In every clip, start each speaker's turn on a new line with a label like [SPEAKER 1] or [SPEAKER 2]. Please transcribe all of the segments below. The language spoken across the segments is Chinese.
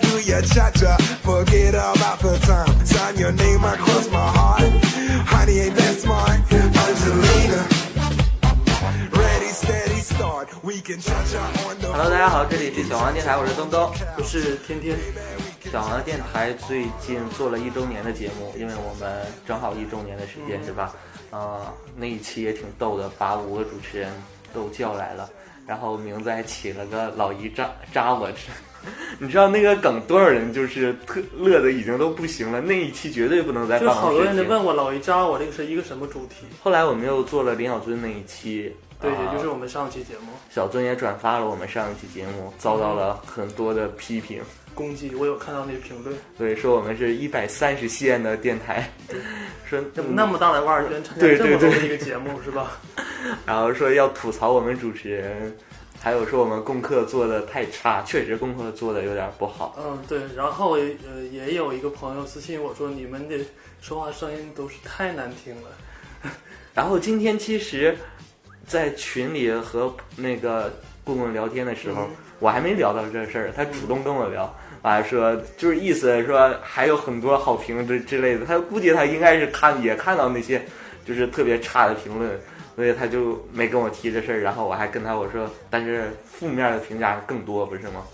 [SPEAKER 1] cha cha. Forget about the time. Sign your name across my heart. Honey, ain't that smart? Angelina. Ready, steady, start. We can cha cha on the
[SPEAKER 2] Hello，大家好，这里是小黄电台，我是东东。
[SPEAKER 3] 不是天天
[SPEAKER 2] 小黄电台最近做了一周年的节目，因为我们正好一周年的时间，是吧？呃，那一期也挺逗的，把五个主持人都叫来了，然后名字还起了个“老姨扎扎我吃”， 你知道那个梗多少人就是特乐的已经都不行了，那一期绝对不能在
[SPEAKER 3] 就
[SPEAKER 2] 办
[SPEAKER 3] 好
[SPEAKER 2] 公
[SPEAKER 3] 多
[SPEAKER 2] 室
[SPEAKER 3] 人得
[SPEAKER 2] 听。
[SPEAKER 3] 问我老姨扎我这个是一个什么主题？
[SPEAKER 2] 后来我们又做了林小尊那一期，
[SPEAKER 3] 对，
[SPEAKER 2] 啊
[SPEAKER 3] 也就是我们上期节目
[SPEAKER 2] 小尊也转发了我们上一期节目，遭到了很多的批评。
[SPEAKER 3] 攻击，我有看到那个评论，
[SPEAKER 2] 对，说我们是一百三十线的电台，说
[SPEAKER 3] 怎么那么大的腕儿，居然参加
[SPEAKER 2] 嗯对
[SPEAKER 3] 这
[SPEAKER 2] 对
[SPEAKER 3] 么多的
[SPEAKER 2] 对
[SPEAKER 3] 一个节目是吧？
[SPEAKER 2] 嗯然后说要吐槽我们主持人，还有说我们功课做的太差，确实功课做的有点不好。
[SPEAKER 3] 嗯，对。然后呃，也有一个朋友私信我说，你们的说话声音都是太难听了。
[SPEAKER 2] 然后今天其实，在群里和那个顾问聊天的时候，啊
[SPEAKER 3] 嗯
[SPEAKER 2] 我还没聊到这事儿，他主动跟我聊，完、说就是意思说还有很多好评之之类的，他估计他应该是看也看到那些就是特别差的评论。所以他就没跟我提这事儿，然后我还跟他我说，但是负面的评价更多，不是吗？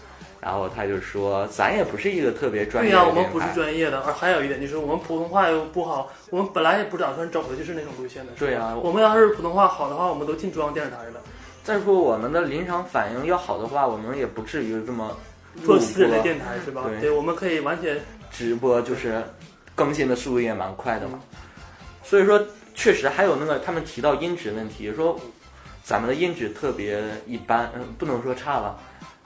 [SPEAKER 2] 然后他就说，咱也不是一个特别专
[SPEAKER 3] 对
[SPEAKER 2] 业
[SPEAKER 3] 呀、
[SPEAKER 2] 的
[SPEAKER 3] 我
[SPEAKER 2] 电台，
[SPEAKER 3] 们不是专业的，而还有一点就是我们普通话又不好，我们本来也不打算走的就是那种路线的。是吧
[SPEAKER 2] 对呀
[SPEAKER 3] 我们要是普通话好的话，我们都进中央电视台了。
[SPEAKER 2] 再说我们的临场反应要好的话，我们也不至于这么
[SPEAKER 3] 做
[SPEAKER 2] 录
[SPEAKER 3] 私人的
[SPEAKER 2] 播
[SPEAKER 3] 电台是吧？
[SPEAKER 2] 对
[SPEAKER 3] 对，我们可以完全
[SPEAKER 2] 直播就是更新的速度也蛮快的嘛。
[SPEAKER 3] 嗯
[SPEAKER 2] 所以说，确实还有那个他们提到音质问题，说咱们的音质特别一般，嗯，不能说差吧。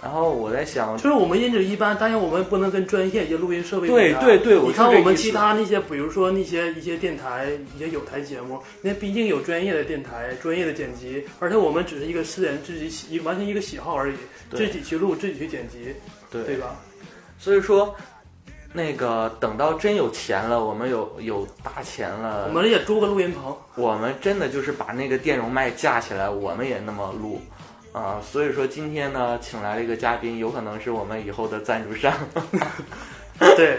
[SPEAKER 2] 然后我在想，
[SPEAKER 3] 就是我们音质一般，但是我们不能跟专业一些录音设备比啊
[SPEAKER 2] 对对对我
[SPEAKER 3] 你看
[SPEAKER 2] 就这
[SPEAKER 3] 我们
[SPEAKER 2] 意思
[SPEAKER 3] 其他那些，比如说那些一些电台、一些有台节目，那毕竟有专业的电台、专业的剪辑，而且我们只是一个私人自己喜，完全一个喜好而已，
[SPEAKER 2] 对
[SPEAKER 3] 自己去录、自己去剪辑，
[SPEAKER 2] 对
[SPEAKER 3] 对吧？
[SPEAKER 2] 所以说那个等到真有钱了，我们有有大钱了，
[SPEAKER 3] 我们也租个录 音棚，
[SPEAKER 2] 我们真的就是把那个电容麦架起来，我们也那么录。啊、所以说今天呢，请来了一个嘉宾，有可能是我们以后的赞助商。
[SPEAKER 3] 对，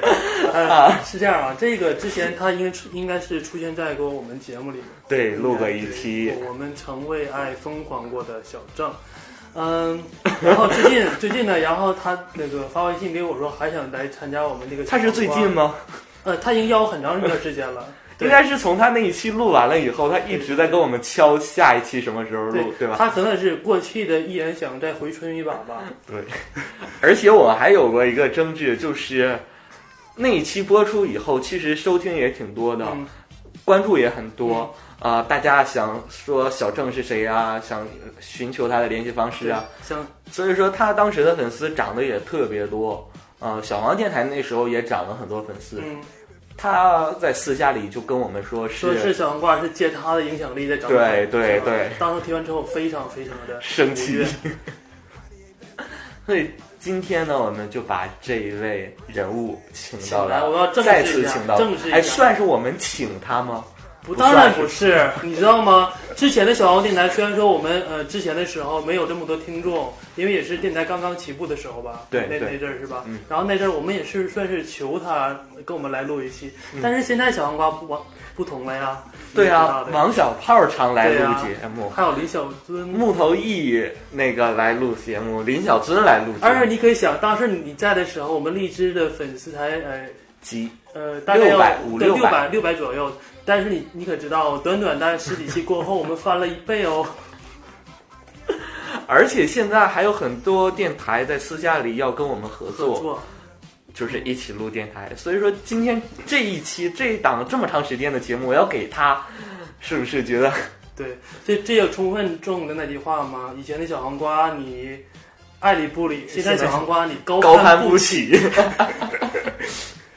[SPEAKER 3] 呃， 是这样啊。这个之前他应该出应该是出现在过我们节目里面。
[SPEAKER 2] 对，录过一期，
[SPEAKER 3] 我们曾为爱疯狂过的小郑，嗯， 然后最近 最近呢，然后他那个发微信给我说，还想来参加我们这个。
[SPEAKER 2] 他是最近？吗？
[SPEAKER 3] 呃，他已经邀我很长一段时间 了，
[SPEAKER 2] 应
[SPEAKER 3] 对
[SPEAKER 2] 该是从他那一期录完了以后，他一直在跟我们敲下一期什么时候录，对吧？
[SPEAKER 3] 他可能是过去的艺人想再回春一把吧。
[SPEAKER 2] 对。而且我还有过一个争执，就是那一期播出以后，其实收听也挺多的，
[SPEAKER 3] 嗯，
[SPEAKER 2] 关注也很多啊、大家想说小郑是谁啊，想寻求他的联系方式
[SPEAKER 3] 对
[SPEAKER 2] 啊，，
[SPEAKER 3] 像
[SPEAKER 2] 所以说他当时的粉丝涨得也特别多。呃，小王电台那时候也涨了很多粉丝，
[SPEAKER 3] 嗯，
[SPEAKER 2] 他在私下里就跟我们说
[SPEAKER 3] 说是小黄瓜是借他的影响力在找
[SPEAKER 2] 对
[SPEAKER 3] 我们
[SPEAKER 2] 对
[SPEAKER 3] 是吧
[SPEAKER 2] 对
[SPEAKER 3] 当时听完之后非常非常的
[SPEAKER 2] 生
[SPEAKER 3] 愉
[SPEAKER 2] 气
[SPEAKER 3] 悦。
[SPEAKER 2] 所以今天呢，我们就把这一位人物请到
[SPEAKER 3] 请来我要
[SPEAKER 2] 了，
[SPEAKER 3] 正式一下
[SPEAKER 2] 再次请到
[SPEAKER 3] 正式一，下
[SPEAKER 2] 哎，算是我们请他吗？
[SPEAKER 3] 不，
[SPEAKER 2] 不算
[SPEAKER 3] 当然不是， 你知道吗？之前的小王电台，虽然说我们呃之前的时候没有这么多听众，因为也是电台刚刚起步的时候吧，
[SPEAKER 2] 对
[SPEAKER 3] 那
[SPEAKER 2] 对
[SPEAKER 3] 那阵儿是吧？
[SPEAKER 2] 嗯
[SPEAKER 3] 然后那阵儿我们也是算是求他跟我们来录一期，但是现在小黄瓜不往不同了呀，
[SPEAKER 2] 对
[SPEAKER 3] 你也
[SPEAKER 2] 啊
[SPEAKER 3] 知，道的
[SPEAKER 2] 王小炮常来录
[SPEAKER 3] 对啊
[SPEAKER 2] 节目，
[SPEAKER 3] 还有李小尊。
[SPEAKER 2] 木头毅那个来录节目，林小尊来录节目，
[SPEAKER 3] 而且你可以想，当时你在的时候，我们荔枝的粉丝才呃
[SPEAKER 2] 集
[SPEAKER 3] 呃大概要
[SPEAKER 2] 600五
[SPEAKER 3] 对
[SPEAKER 2] 600
[SPEAKER 3] 六百六百左右，但是你你可知道，短短的十几期过后，我们翻了一倍哦。
[SPEAKER 2] 而且现在还有很多电台在私下里要跟我们合
[SPEAKER 3] 合
[SPEAKER 2] 作，
[SPEAKER 3] 作，
[SPEAKER 2] 就是一起录电台。所以说今天这一期这一档这么长时间的节目，我要给他，是不是觉得
[SPEAKER 3] 对，这这有充分证明的那句话吗？以前的小黄瓜你爱理不理，现在小黄瓜你高
[SPEAKER 2] 高
[SPEAKER 3] 攀
[SPEAKER 2] 攀
[SPEAKER 3] 不
[SPEAKER 2] 不
[SPEAKER 3] 起
[SPEAKER 2] 起？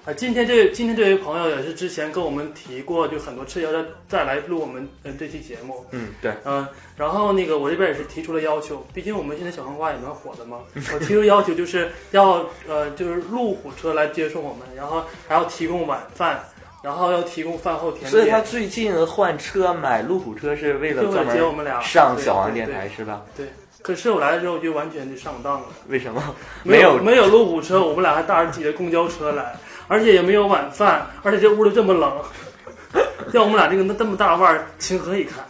[SPEAKER 3] 啊！今天这今天这位朋友也是之前跟我们提过，就很多次要再再来录我们呃这期节目。
[SPEAKER 2] 嗯，对。
[SPEAKER 3] 嗯，然后那个我这边也是提出了要求，毕竟我们现在小黄瓜也蛮火的嘛。
[SPEAKER 2] 嗯
[SPEAKER 3] 我提出要求就是要呃，就是路虎车来接送我们，然后还要提供晚饭，然后要提供饭后甜点，
[SPEAKER 2] 所以他最近换车买路虎车是为了
[SPEAKER 3] 就为
[SPEAKER 2] 专
[SPEAKER 3] 了接我
[SPEAKER 2] 门
[SPEAKER 3] 们俩
[SPEAKER 2] 上小王电台是吧？
[SPEAKER 3] 对，可是我来了之后就完全就上当了，
[SPEAKER 2] 为什么
[SPEAKER 3] 没
[SPEAKER 2] 有？
[SPEAKER 3] 没有路虎车，我们俩还搭着挤着公交车来，而且也没有晚饭，而且这屋里这么冷， 要我们俩这个那这么大腕儿，情何以堪？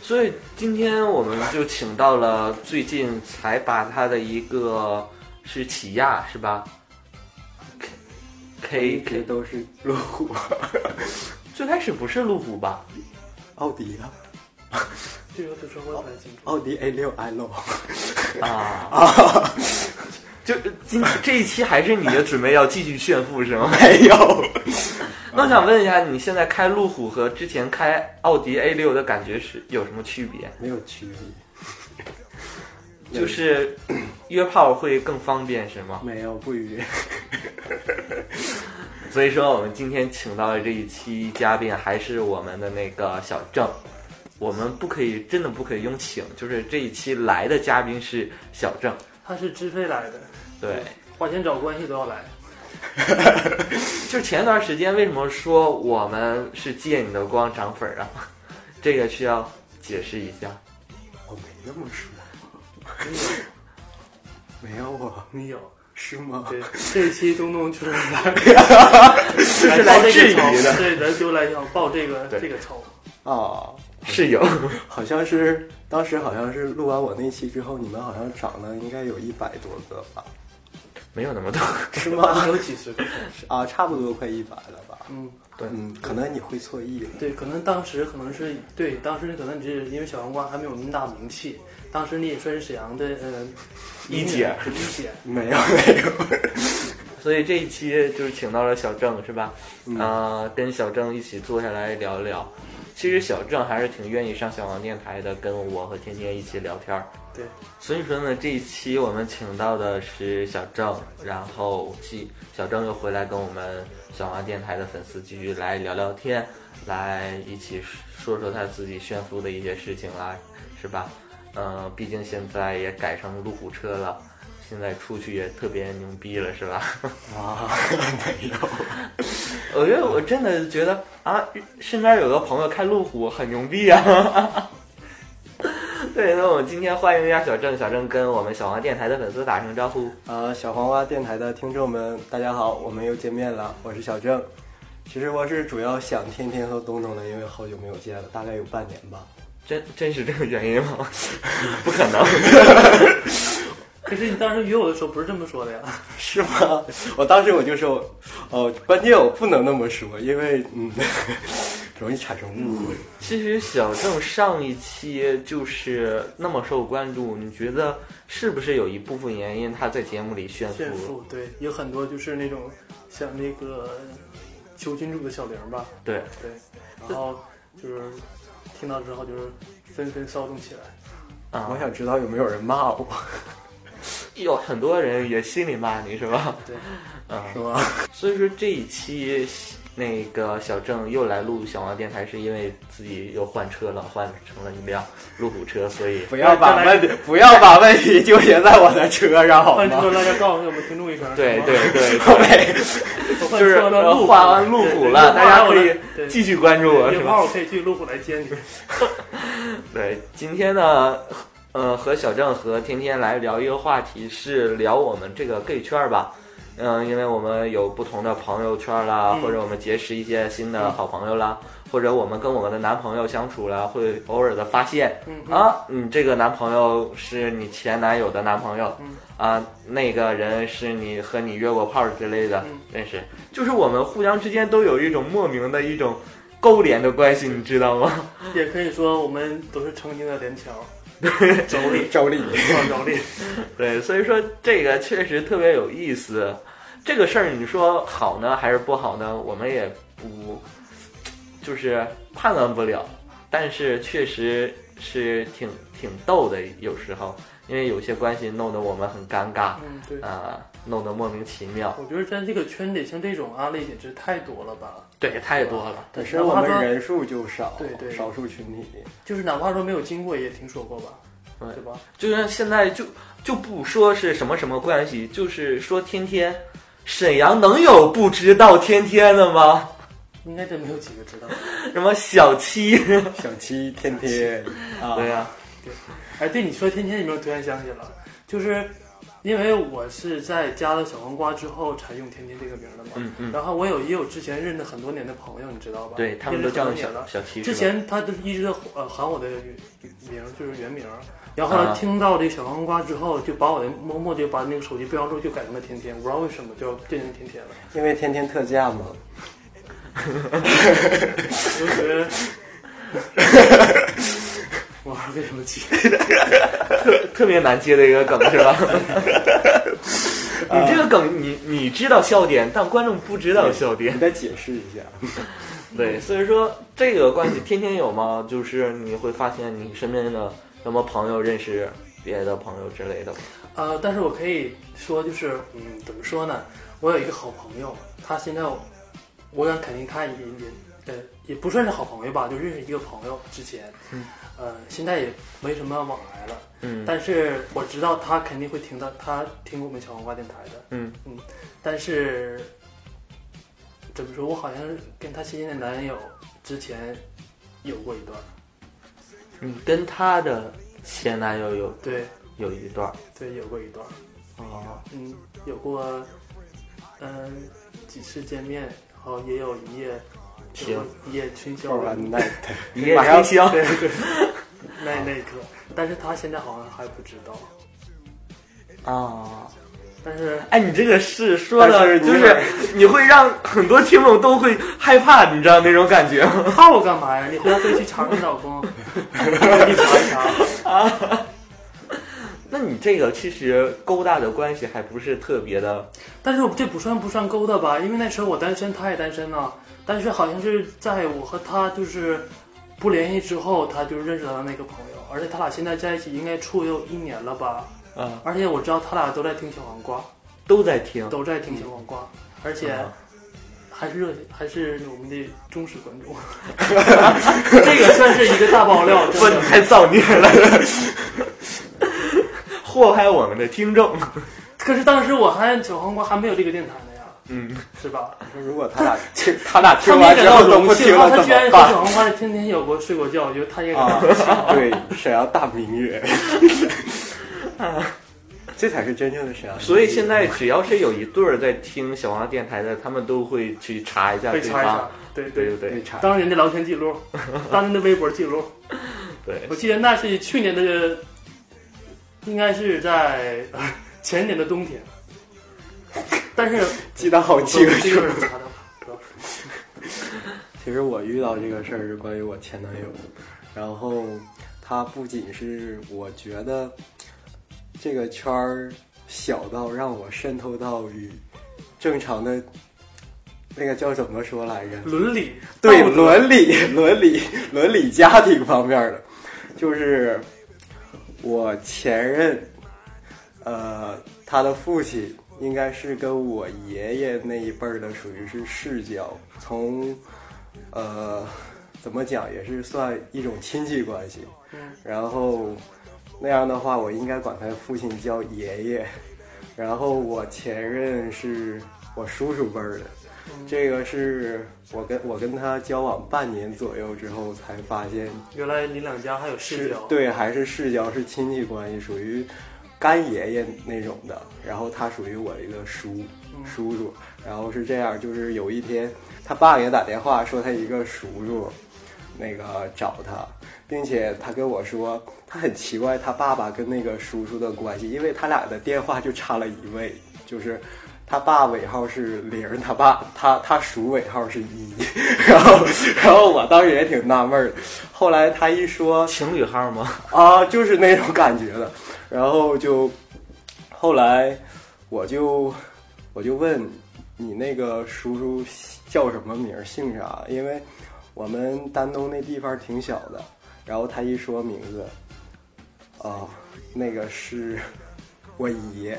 [SPEAKER 2] 所以今天我们就请到了最近才把他的一个是起亚是吧？K
[SPEAKER 4] 一
[SPEAKER 2] K
[SPEAKER 4] 直都是路虎、
[SPEAKER 2] 最开始不是路虎吧？
[SPEAKER 4] 奥迪啊，
[SPEAKER 3] 这个就是我也不太清楚。
[SPEAKER 4] 奥迪 A 六 L。
[SPEAKER 2] 啊，就呃今这一期还是你的准备要继续炫富是吗？
[SPEAKER 4] 没有，
[SPEAKER 2] 那我想问一下，你现在开路虎和之前开奥迪 A 六的感觉是有什么区别？
[SPEAKER 4] 没有区别，
[SPEAKER 2] 就是约炮会更方便是吗？
[SPEAKER 4] 没有不约，
[SPEAKER 2] 所以说，我们今天请到的这一期嘉宾还是我们的那个小郑。我们不可以，真的不可以用请，就是这一期来的嘉宾是小郑。
[SPEAKER 3] 他是支飞来的，
[SPEAKER 2] 对，
[SPEAKER 3] 花钱找关系都要来。
[SPEAKER 2] 就前段时间为什么说我们是借你的光涨粉儿啊？这个需要解释一下。
[SPEAKER 4] 我没那么 说，没有啊，
[SPEAKER 3] 你有？
[SPEAKER 4] 是吗？
[SPEAKER 3] 对，这一期东东就是来，
[SPEAKER 2] 是
[SPEAKER 3] 是
[SPEAKER 2] 来质
[SPEAKER 3] 这
[SPEAKER 2] 疑
[SPEAKER 3] 个仇
[SPEAKER 2] 的
[SPEAKER 3] 对，来就来想报这个
[SPEAKER 2] 对
[SPEAKER 3] 这个 仇。
[SPEAKER 4] 啊，
[SPEAKER 2] 是有，
[SPEAKER 4] 好像是当时好像是录完我那期之后，你们好像涨了应该有一百多个吧？
[SPEAKER 2] 没有那么多。
[SPEAKER 4] 是
[SPEAKER 3] 他
[SPEAKER 4] 吗？
[SPEAKER 3] 们有几十个，
[SPEAKER 4] 啊，差不多快一百了吧？
[SPEAKER 3] 嗯，
[SPEAKER 2] 对
[SPEAKER 4] 嗯，可能你会错意了。
[SPEAKER 3] 对，可能当时可能是对，当时可能你是因为小黄瓜还没有那么大名气，当时你也算是沈阳的呃
[SPEAKER 2] 一姐，
[SPEAKER 3] 一姐，
[SPEAKER 4] 没有没有，
[SPEAKER 2] 所以这一期就是请到了小郑，是吧？呃，跟小郑一起坐下来聊一聊。其实小郑还是挺愿意上小王电台的，跟我和天天一起聊天儿。
[SPEAKER 3] 对，
[SPEAKER 2] 所以说呢，这一期我们请到的是小郑，然后继小郑又回来跟我们小王电台的粉丝继续来聊聊天，来一起说说他自己炫富的一些事情啦，是吧？嗯、毕竟现在也改成路虎车了，现在出去也特别牛逼了，是吧？
[SPEAKER 4] 啊，没有，
[SPEAKER 2] 我觉得我真的觉得啊，身边有个朋友开路虎很牛逼啊。 对，那我们今天欢迎一下小郑，小郑跟我们小王电台的粉丝打声招呼。
[SPEAKER 4] 呃，小黄瓜电台的听众们，大家好，我们又见面了，我是小郑。其实我是主要想天天和东东的，因为好久没有见了，大概有半年吧。
[SPEAKER 2] 真真是这个原因吗？ 不可能。
[SPEAKER 3] 可是你当时约我的时候不是这么说的呀？
[SPEAKER 4] 是吗？我当时我就说，哦，关键我不能那么说，因为嗯， 容易产生误会。
[SPEAKER 2] 其实小郑上一期就是那么受关注，你觉得是不是有一部分原因他在节目里炫
[SPEAKER 3] 炫
[SPEAKER 2] 富？
[SPEAKER 3] 富，对，有很多就是那种像那个求君主的小玲儿吧，
[SPEAKER 2] 对，
[SPEAKER 3] 对，然后就是听到之后就是纷纷骚动起来。
[SPEAKER 2] 啊
[SPEAKER 3] 嗯
[SPEAKER 4] 我，想知道有没有人骂我，
[SPEAKER 2] 有很多人也心里骂你是吧？
[SPEAKER 3] 对，
[SPEAKER 2] 啊，
[SPEAKER 4] 是吗？
[SPEAKER 2] 所以说这一期那个小郑又来录小王电台，是因为自己又换车了，换成了一辆路虎车，所以
[SPEAKER 4] 不要 把问题不要把问题纠结在我的车上好
[SPEAKER 3] 换车
[SPEAKER 4] 吗？
[SPEAKER 3] 大家告诉我们听众一声，
[SPEAKER 2] 对
[SPEAKER 3] 好吗
[SPEAKER 2] 对， 对对，
[SPEAKER 3] 嗯我换
[SPEAKER 2] 就是呃
[SPEAKER 3] 车到路虎
[SPEAKER 2] 换完路虎了，大家可以继续关注我，
[SPEAKER 3] 有
[SPEAKER 2] 是
[SPEAKER 3] 空
[SPEAKER 2] 吧？
[SPEAKER 3] 我可以去路虎来接你。
[SPEAKER 2] 对，今天呢，呃，和小郑和天天来聊一个话题，是聊我们这个 gay 圈儿吧。嗯，因为我们有不同的朋友圈啦，
[SPEAKER 3] 嗯
[SPEAKER 2] 或者我们结识一些新的好朋友啦，或者我们跟我们的男朋友相处啦，会偶尔的发现，
[SPEAKER 3] 嗯嗯
[SPEAKER 2] 啊，你这个男朋友是你前男友的男朋友，
[SPEAKER 3] 嗯
[SPEAKER 2] 啊，那个人是你和你约过炮之类的，
[SPEAKER 3] 嗯
[SPEAKER 2] 认识，就是我们互相之间都有一种莫名的一种勾连的关系，你知道吗？
[SPEAKER 3] 也可以说我们都是曾经的连桥，
[SPEAKER 4] 周
[SPEAKER 3] 嗯
[SPEAKER 4] 丽，周丽，
[SPEAKER 3] 创造力。
[SPEAKER 2] 对，所以说这个确实特别有意思。这个事儿你说好呢还是不好呢？我们也不就是判断不了，但是确实是挺挺逗的，有时候因为有些关系弄得我们很尴尬。
[SPEAKER 3] 嗯，对。
[SPEAKER 2] 啊、弄得莫名其妙。
[SPEAKER 3] 我觉得在这个圈里，像这种案例简直太多了吧？
[SPEAKER 2] 对，太多了。
[SPEAKER 4] 可是我们人数就少，
[SPEAKER 3] 对对
[SPEAKER 4] 少数群体。
[SPEAKER 3] 就是哪怕说没有经过，也听说过吧？
[SPEAKER 2] 对
[SPEAKER 3] 对吧？
[SPEAKER 2] 就像现在就就不说是什么什么关系，就是说天天，沈阳能有不知道天天的吗？
[SPEAKER 3] 应该真没有几个知道。
[SPEAKER 2] 什么小七？
[SPEAKER 4] 小七天天啊，
[SPEAKER 2] 对呀、
[SPEAKER 3] 哎，对你说天天有没有突然想起了，就是因为我是在加了小黄瓜之后才用天天这个名儿的嘛。
[SPEAKER 2] 嗯嗯，
[SPEAKER 3] 然后我有也有之前认识很多年的朋友，你知道吧？
[SPEAKER 2] 对他们都
[SPEAKER 3] 认识
[SPEAKER 2] 叫
[SPEAKER 3] 很多
[SPEAKER 2] 你
[SPEAKER 3] 年
[SPEAKER 2] 小
[SPEAKER 3] 了。
[SPEAKER 2] 小七是
[SPEAKER 3] 之
[SPEAKER 2] 吧。
[SPEAKER 3] 前他就一直在呃喊我的名儿，就是原名儿。然后
[SPEAKER 2] 啊
[SPEAKER 3] 听到这个小黄瓜之后，就把我的默默就把那个手机备忘录就改成了天天，我不知道为什么就变成天天了。
[SPEAKER 4] 因为天天特价嘛。
[SPEAKER 3] 我就觉得， 我还为什么急？
[SPEAKER 2] 特别难接的一个梗是 吧？你这个梗，你你知道笑点，但观众不知道笑点
[SPEAKER 4] 你。再解释一下，
[SPEAKER 2] 对，所以说这个关系天天有嘛，就是你会发现你身边的什么朋友认识别的朋友之类的。
[SPEAKER 3] 呃，但是我可以说，就是嗯，怎么说呢？我有一个好朋友，他现在我我敢肯定他也也呃也不算是好朋友吧，就认识一个朋友之前，
[SPEAKER 2] 嗯
[SPEAKER 3] 呃，现在也没什么往来了。
[SPEAKER 2] 嗯
[SPEAKER 3] 但是我知道他肯定会听到，他听过我们小黄瓜电台的。
[SPEAKER 2] 嗯
[SPEAKER 3] 但是怎么说，我好像跟他现任的男友之前有过一段，
[SPEAKER 2] 你嗯跟她的前男友有
[SPEAKER 3] 对
[SPEAKER 2] 有一段儿
[SPEAKER 3] 对，有过一段。
[SPEAKER 2] 哦，
[SPEAKER 3] 嗯，有过，嗯、几次见面，然后也有一夜，
[SPEAKER 2] 行
[SPEAKER 3] 有一夜春
[SPEAKER 4] 要
[SPEAKER 3] 宵
[SPEAKER 4] 不
[SPEAKER 3] 的
[SPEAKER 4] 然 那
[SPEAKER 2] 一夜
[SPEAKER 4] 马上
[SPEAKER 2] 清香。
[SPEAKER 3] 那那一刻，但是他现在好像还不知道，
[SPEAKER 2] 啊。
[SPEAKER 3] 但是
[SPEAKER 2] 哎，你这个是说
[SPEAKER 4] 但
[SPEAKER 2] 的，
[SPEAKER 4] 是
[SPEAKER 2] 就
[SPEAKER 4] 你
[SPEAKER 2] 是你会让很多听众都会害怕，你知道那种感觉吗？
[SPEAKER 3] 怕我干嘛呀？你回家可以去尝你老公， 你尝一尝。
[SPEAKER 2] 那你这个其实勾搭的关系还不是特别的，
[SPEAKER 3] 但是我这不算不算勾搭吧，因为那时候我单身，他也单身呢。但是好像是在我和他就是不联系之后，他就认识到了那个朋友，而且他俩现在在一起应该处有一年了吧。
[SPEAKER 2] 啊，
[SPEAKER 3] 而且我知道他俩都在听小黄瓜，
[SPEAKER 2] 都在听。
[SPEAKER 3] 都在听小黄瓜，而且
[SPEAKER 2] 啊
[SPEAKER 3] 还是热，还是我们的忠实观 众。这个算是一个大爆料，
[SPEAKER 2] 不，
[SPEAKER 3] 真
[SPEAKER 2] 你
[SPEAKER 3] 的。
[SPEAKER 2] 太造孽了，祸害我们的听众。
[SPEAKER 3] 可是当时我还小黄瓜还没有这个电台呢呀，
[SPEAKER 2] 嗯，
[SPEAKER 3] 是吧？
[SPEAKER 4] 如果他俩听，他俩
[SPEAKER 3] 他
[SPEAKER 4] 听
[SPEAKER 3] 没
[SPEAKER 4] 完
[SPEAKER 3] 感
[SPEAKER 4] 之
[SPEAKER 3] 到
[SPEAKER 4] 后都
[SPEAKER 3] 荣
[SPEAKER 4] 不
[SPEAKER 3] 幸
[SPEAKER 4] 听
[SPEAKER 3] 啊，
[SPEAKER 4] 了
[SPEAKER 3] 他
[SPEAKER 4] 怎
[SPEAKER 3] 居然和
[SPEAKER 4] 么办？
[SPEAKER 3] 小黄瓜天天有过睡过觉，我觉得他也感
[SPEAKER 4] 啊
[SPEAKER 3] 到荣幸。，
[SPEAKER 4] 对，沈阳大明 月，这才是真正的沈阳。
[SPEAKER 2] 所以现在只要是有一对儿在听小王电台的，他们都会去查一下
[SPEAKER 3] 被
[SPEAKER 2] 对
[SPEAKER 3] 查一查
[SPEAKER 2] 方。，对
[SPEAKER 3] 对对
[SPEAKER 2] 对。对
[SPEAKER 4] 对查
[SPEAKER 3] 当年的聊天记录，当年的微博记录，
[SPEAKER 2] 对
[SPEAKER 3] 我记得那是去年的，应该是在呃前年的冬天，但是
[SPEAKER 4] 记得好
[SPEAKER 3] 这
[SPEAKER 4] 清
[SPEAKER 3] 个这
[SPEAKER 4] 楚
[SPEAKER 3] 个。人查的不要说
[SPEAKER 4] 其实我遇到这个事儿是关于我前男友，然后他不仅是我觉得这个圈儿小到让我渗透到与正常的那个叫怎么说来着？
[SPEAKER 3] 伦理
[SPEAKER 4] 对
[SPEAKER 3] 道德
[SPEAKER 4] 伦理、 伦理、伦理家庭方面的，就是我前任，呃，他的父亲应该是跟我爷爷那一辈儿的，属于是世交，从呃怎么讲也是算一种亲戚关系。
[SPEAKER 3] 嗯
[SPEAKER 4] 然后那样的话，我应该管他父亲叫爷爷。然后我前任是我叔叔辈儿的，这个是我跟我跟他交往半年左右之后才发现
[SPEAKER 3] 原来你两家还有世
[SPEAKER 4] 是
[SPEAKER 3] 交，，
[SPEAKER 4] 对还是世交是亲戚关系，属于干爷爷那种的。然后他属于我一个叔叔叔，然后是这样，就是有一天他爸给他打电话说他一个叔叔那个找他，并且他跟我说他很奇怪他爸爸跟那个叔叔的关系，因为他俩的电话就差了一位，就是。他爸尾号是零，他爸他他叔尾号是一， 然后然后我当时也挺纳闷儿的，后来他一说
[SPEAKER 2] 情侣号 吗？
[SPEAKER 4] 啊，就是那种感觉的。然后就后来我就我就问你那个叔叔叫什么名儿，姓啥？因为我们丹东那地方挺小的。然后他一说名字，啊，那个是我爷。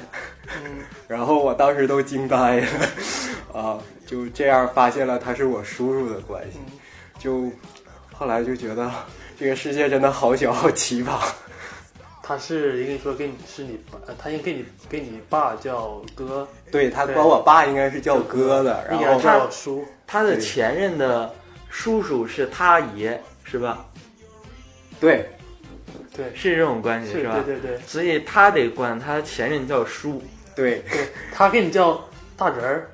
[SPEAKER 3] 嗯，
[SPEAKER 4] 然后我当时都惊呆了， 啊，就这样发现了他是我叔叔的关系，就后来就觉得这个世界真的好小好奇 葩。
[SPEAKER 3] 他是应该说跟你是你爸，呃他应该跟你跟你爸叫哥，
[SPEAKER 4] 对他
[SPEAKER 3] 对
[SPEAKER 4] 管我爸应该是叫哥的，然
[SPEAKER 3] 你俩
[SPEAKER 4] 后
[SPEAKER 2] 他
[SPEAKER 3] 叫叔，
[SPEAKER 2] 他的前任的叔叔是他爷，是吧？
[SPEAKER 4] 对
[SPEAKER 3] 对，
[SPEAKER 2] 是这种关系
[SPEAKER 3] 是，
[SPEAKER 2] 是吧？
[SPEAKER 3] 对对对
[SPEAKER 2] 所以他得管他前任叫叔，
[SPEAKER 4] 对，
[SPEAKER 3] 对， 他给你叫大侄儿，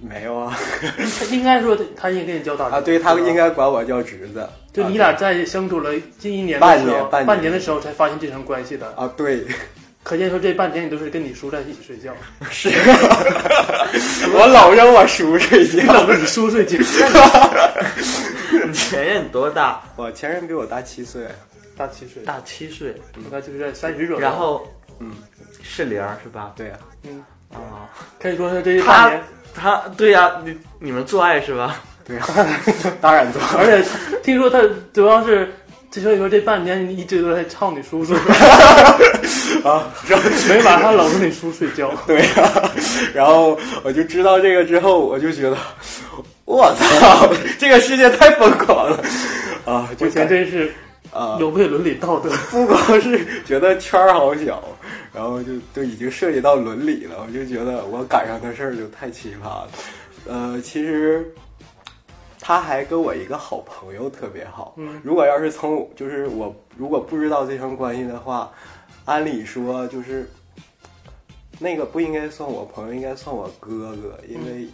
[SPEAKER 4] 没有啊
[SPEAKER 3] 他应该说他也给你叫大侄儿
[SPEAKER 4] 啊，对他
[SPEAKER 3] 吧
[SPEAKER 4] 应该管我叫侄子。
[SPEAKER 3] 就你俩在相处了近一年的
[SPEAKER 4] 半
[SPEAKER 3] 时候，
[SPEAKER 4] 年半年
[SPEAKER 3] 年的时候才发现这层关系的，
[SPEAKER 4] 啊，对，
[SPEAKER 3] 可见说这半年你都是跟你叔在一起睡觉，
[SPEAKER 4] 是我老让我叔睡觉。
[SPEAKER 3] 老跟你叔睡觉，
[SPEAKER 2] 你前任多大？
[SPEAKER 4] 我前任比我大七岁，
[SPEAKER 3] 大七岁，
[SPEAKER 2] 大七岁，
[SPEAKER 3] 大概就是三十左右。
[SPEAKER 2] 然后
[SPEAKER 4] 嗯，
[SPEAKER 2] 是零儿是吧？
[SPEAKER 4] 对啊，
[SPEAKER 3] 嗯，
[SPEAKER 2] 啊，
[SPEAKER 3] 可以说是这半
[SPEAKER 2] 他
[SPEAKER 3] 年，
[SPEAKER 2] 他对呀、你你们做爱是吧？
[SPEAKER 4] 对啊， 当然做。
[SPEAKER 3] 而且听说他主要是，这所以说这半年你一直都在唱你叔叔，
[SPEAKER 4] 啊，
[SPEAKER 3] 每晚上老跟你叔睡觉。
[SPEAKER 4] 对啊，然后我就知道这个之后，我就觉得，我操，这个世界太疯狂了啊！
[SPEAKER 3] 我
[SPEAKER 4] 就
[SPEAKER 3] 以前
[SPEAKER 4] 感
[SPEAKER 3] 真是
[SPEAKER 4] 啊，
[SPEAKER 3] 有悖伦理道德，
[SPEAKER 4] 不光是觉得圈儿好小，然后就就已经涉及到伦理了，我就觉得我赶上的事儿就太奇葩了。呃，其实他还跟我一个好朋友特别好。
[SPEAKER 3] 嗯
[SPEAKER 4] 如果要是从就是我如果不知道这层关系的话，按理说就是那个不应该算我朋友，应该算我哥哥，因为。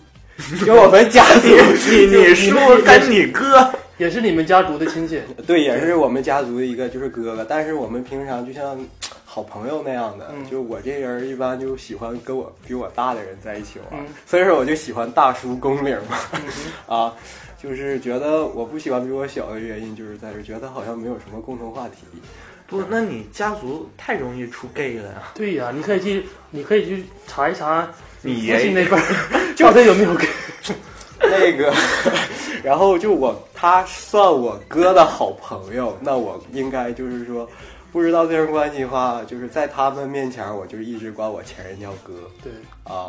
[SPEAKER 4] 因为我们家族，
[SPEAKER 2] 你你叔
[SPEAKER 3] 你
[SPEAKER 2] 跟你哥，
[SPEAKER 3] 也是你们家族的亲 戚。
[SPEAKER 4] 对，也是我们家族的一个就是哥哥，但是我们平常就像好朋友那样的，
[SPEAKER 3] 嗯
[SPEAKER 4] 就我这人一般就喜欢跟我比我大的人在一起玩，
[SPEAKER 3] 嗯
[SPEAKER 4] 所以说我就喜欢大叔公领嘛，
[SPEAKER 3] 嗯
[SPEAKER 4] 啊，就是觉得我不喜欢比我小的原因就是在这，觉得好像没有什么共同话题，
[SPEAKER 2] 不，那你家族太容易出 gay 了呀。
[SPEAKER 3] 对呀，你可以去，你可以去查一查
[SPEAKER 2] 你
[SPEAKER 3] 父
[SPEAKER 2] 爷
[SPEAKER 3] 亲
[SPEAKER 2] 爷
[SPEAKER 3] 那边 儿到底有没有给。
[SPEAKER 4] 那个， 然后就我他算我哥的好朋友，那我应该就是说。不知道这层关系的话，就是在他们面前，我就一直管我前任叫哥。
[SPEAKER 3] 对，
[SPEAKER 4] 啊，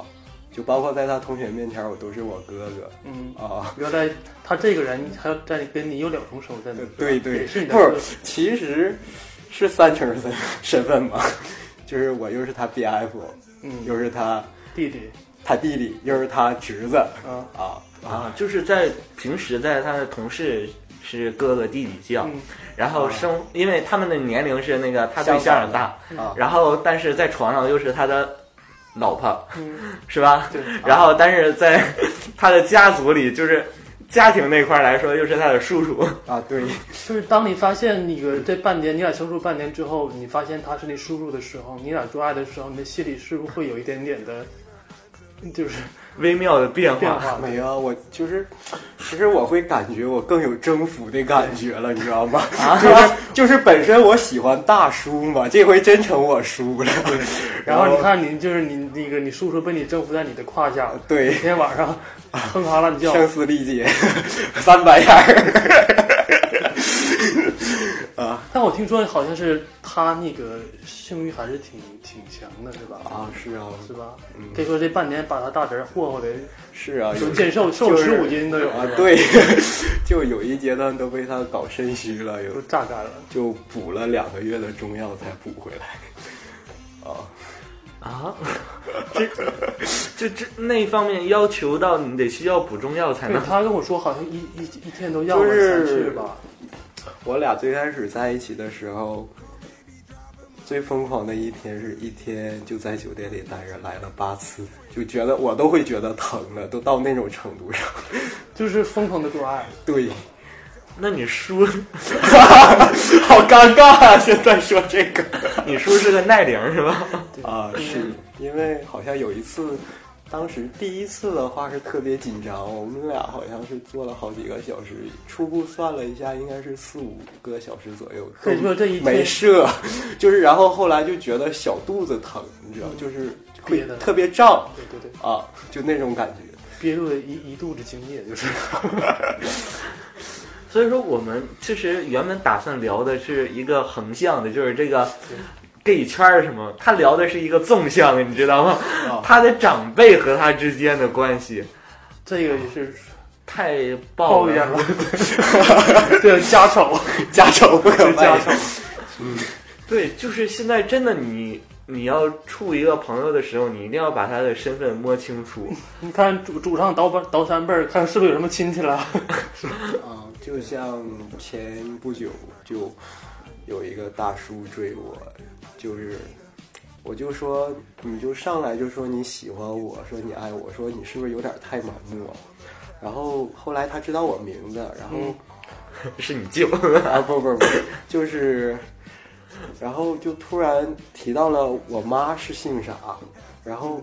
[SPEAKER 4] 就包括在他同学面前，我都是我哥哥
[SPEAKER 3] 嗯，
[SPEAKER 4] 啊。
[SPEAKER 3] 原来他这个人还要在跟你有两重身份，是吧
[SPEAKER 4] 对
[SPEAKER 3] 也
[SPEAKER 4] 对
[SPEAKER 3] 是你，的
[SPEAKER 4] 不是
[SPEAKER 3] 哥，
[SPEAKER 4] 其实是三重身身份嘛，就是我又是他 BF，
[SPEAKER 3] 嗯，
[SPEAKER 4] 又是他
[SPEAKER 3] 弟弟
[SPEAKER 4] 他弟弟，又是他侄子
[SPEAKER 3] 啊，
[SPEAKER 4] 啊
[SPEAKER 2] 啊，就是在平时在他的同事是哥哥弟弟叫，
[SPEAKER 3] 嗯
[SPEAKER 2] 然后生，因为他们的年龄是那个他对
[SPEAKER 4] 相
[SPEAKER 2] 象
[SPEAKER 4] 仿的
[SPEAKER 2] 大，
[SPEAKER 3] 嗯
[SPEAKER 4] 啊
[SPEAKER 2] 然后但是在床上又是他的老婆，
[SPEAKER 3] 嗯，
[SPEAKER 2] 是吧？
[SPEAKER 3] 对，
[SPEAKER 2] 然后但是在他的家族里，就是家庭那块儿来说，又是他的叔叔。
[SPEAKER 4] 啊，对
[SPEAKER 3] 就是当你发现那个这半年你俩相处半年之后，你发现他是你叔叔的时候，你俩做爱的时候，你的心里是不是会有一点点的，就是
[SPEAKER 2] 微妙的变化。
[SPEAKER 3] 变化？
[SPEAKER 4] 没有，我就是，其实我会感觉我更有征服的感觉了，你知道吗？
[SPEAKER 3] 啊
[SPEAKER 4] 就是就是本身我喜欢大叔嘛，这回真成我叔了。
[SPEAKER 3] 然后你看你就是你那个你叔叔被你征服在你的胯下，
[SPEAKER 4] 对啊
[SPEAKER 3] 每，天晚上哼哈乱叫，
[SPEAKER 4] 声嘶力竭， 三白眼儿。
[SPEAKER 3] 但我听说好像是他那个性欲还是挺挺强的，是吧？
[SPEAKER 4] 啊，是啊，
[SPEAKER 3] 是吧？
[SPEAKER 4] 嗯
[SPEAKER 3] 可以说这半年把他大侄儿霍霍的
[SPEAKER 4] 是啊，
[SPEAKER 3] 都
[SPEAKER 4] 有
[SPEAKER 3] 健瘦，瘦
[SPEAKER 4] 就
[SPEAKER 3] 十
[SPEAKER 4] 是
[SPEAKER 3] 五斤都有
[SPEAKER 4] 啊
[SPEAKER 3] 是吧，
[SPEAKER 4] 对， 就有一阶段都被他搞肾虚了，有
[SPEAKER 3] 都榨干了。
[SPEAKER 4] 就补了两个月的中药才补回来。 啊，
[SPEAKER 2] 啊， 这这这那方面要求到你得需要补中药才
[SPEAKER 3] 对
[SPEAKER 2] 能。
[SPEAKER 3] 他跟我说，好像一一一天都要
[SPEAKER 4] 就
[SPEAKER 3] 了三
[SPEAKER 4] 是
[SPEAKER 3] 次吧。
[SPEAKER 4] 我俩最开始在一起的时候，最疯狂的一天是一天就在酒店里待着来了八次，就觉得我都会觉得疼了，都到那种程度上。
[SPEAKER 3] 就是疯狂的做爱，
[SPEAKER 4] 对，
[SPEAKER 2] 那你叔，
[SPEAKER 4] 好尴尬啊！现在说这个。
[SPEAKER 2] 你叔是个耐龄是吧？
[SPEAKER 4] 啊，是因为好像有一次，当时第一次的话是特别紧张，我们俩好像是做了好几个小时，初步算了一下，应该是四五个小时左右。
[SPEAKER 3] 可以说这一
[SPEAKER 4] 没
[SPEAKER 3] 天
[SPEAKER 4] 射， 就是然后后来就觉得小肚子疼，你知道，就是会
[SPEAKER 3] 憋的
[SPEAKER 4] 特别胀
[SPEAKER 3] 对对对，
[SPEAKER 4] 啊，就那种感觉。
[SPEAKER 3] 憋住了一一肚子精液，就是
[SPEAKER 2] 所以说我们其实原本打算聊的是一个横向的，就是这个 gay 圈儿什么，他聊的是一个纵向的，你知道吗？
[SPEAKER 3] 哦
[SPEAKER 2] 他的长辈和他之间的关系
[SPEAKER 3] 这个也是
[SPEAKER 2] 太爆
[SPEAKER 3] 抱
[SPEAKER 2] 了。
[SPEAKER 3] 怨了， 对家丑，
[SPEAKER 4] 家丑不可
[SPEAKER 3] 对家
[SPEAKER 4] 外
[SPEAKER 3] 丑，
[SPEAKER 2] 对，就是现在真的你。你要处一个朋友的时候，你一定要把他的身份摸清楚。
[SPEAKER 3] 你看祖祖上倒班倒三辈儿，看是不是有什么亲戚了？
[SPEAKER 4] 啊，就像前不久就有一个大叔追我，就是我就说你就上来就说你喜欢我，说你爱我，说你是不是有点太盲目了？然后后来他知道我名字，然后、
[SPEAKER 2] 是你舅，
[SPEAKER 4] 啊不不不，就是，然后就突然提到了我妈是姓啥，然后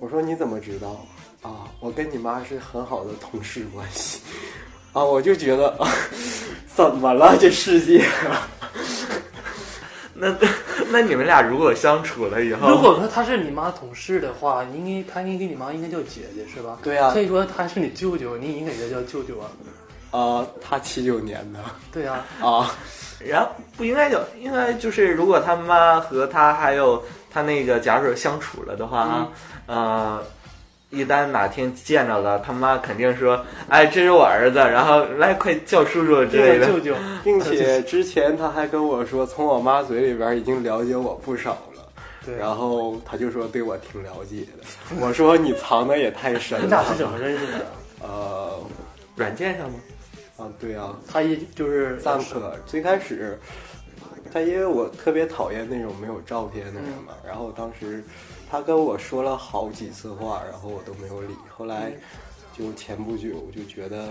[SPEAKER 4] 我说你怎么知道啊？我跟你妈是很好的同事关系啊，我就觉得、啊、怎么了这世界？
[SPEAKER 2] 那 那你们俩如果相处了以
[SPEAKER 4] 哦
[SPEAKER 2] 后，
[SPEAKER 3] 如果说她是你妈同事的话，你应该她应该跟你妈应该叫姐姐是吧？
[SPEAKER 4] 对啊
[SPEAKER 3] 所以说她是你舅舅，你应该给她叫舅舅啊。
[SPEAKER 4] 啊，他七九年的
[SPEAKER 3] 对啊，
[SPEAKER 4] 啊，
[SPEAKER 2] 然后不应该有，应该就是如果他妈和他还有他那个假如说相处了的话啊，
[SPEAKER 3] 嗯
[SPEAKER 2] 呃，一旦哪天见着了，他妈肯定说，哎，这是我儿子，然后来快叫叔叔之类
[SPEAKER 3] 这
[SPEAKER 2] 的
[SPEAKER 3] 个啊舅。舅，
[SPEAKER 4] 并且之前他还跟我说，从我妈嘴里边已经了解我不少了。
[SPEAKER 3] 对，
[SPEAKER 4] 然后他就说对我挺了解的，我说你藏的也太深了。
[SPEAKER 3] 你俩是怎么认识 的？
[SPEAKER 4] 呃，
[SPEAKER 2] 软件上吗？
[SPEAKER 4] 啊，对啊，
[SPEAKER 3] 她一就是
[SPEAKER 4] 赞可最开始，他因为我特别讨厌那种没有照片的人嘛，然后当时他跟我说了好几次话，然后我都没有理。后来就前不久，我就觉得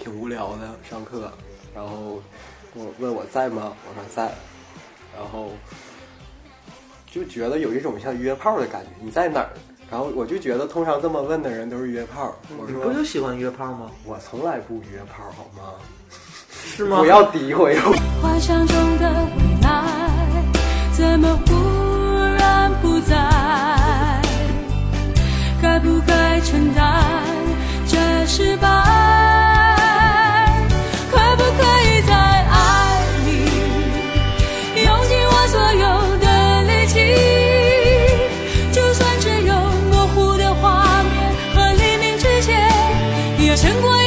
[SPEAKER 4] 挺无聊的上课，然后我问我在吗？我说在，然后就觉得有一种像约炮的感觉，你在哪儿？然后我就觉得，通常这么问的人都是约炮。我
[SPEAKER 2] 嗯你不
[SPEAKER 4] 说
[SPEAKER 2] 就喜欢约炮吗？
[SPEAKER 4] 我从来不约炮，好吗？
[SPEAKER 2] 是吗？
[SPEAKER 4] 不要诋毁我。
[SPEAKER 5] 幻想中的未来，怎么忽然不在？该不该承担这失败？可不可以在爱里用尽我所有的力气？就算只有模糊的画面和黎明之前，也胜过。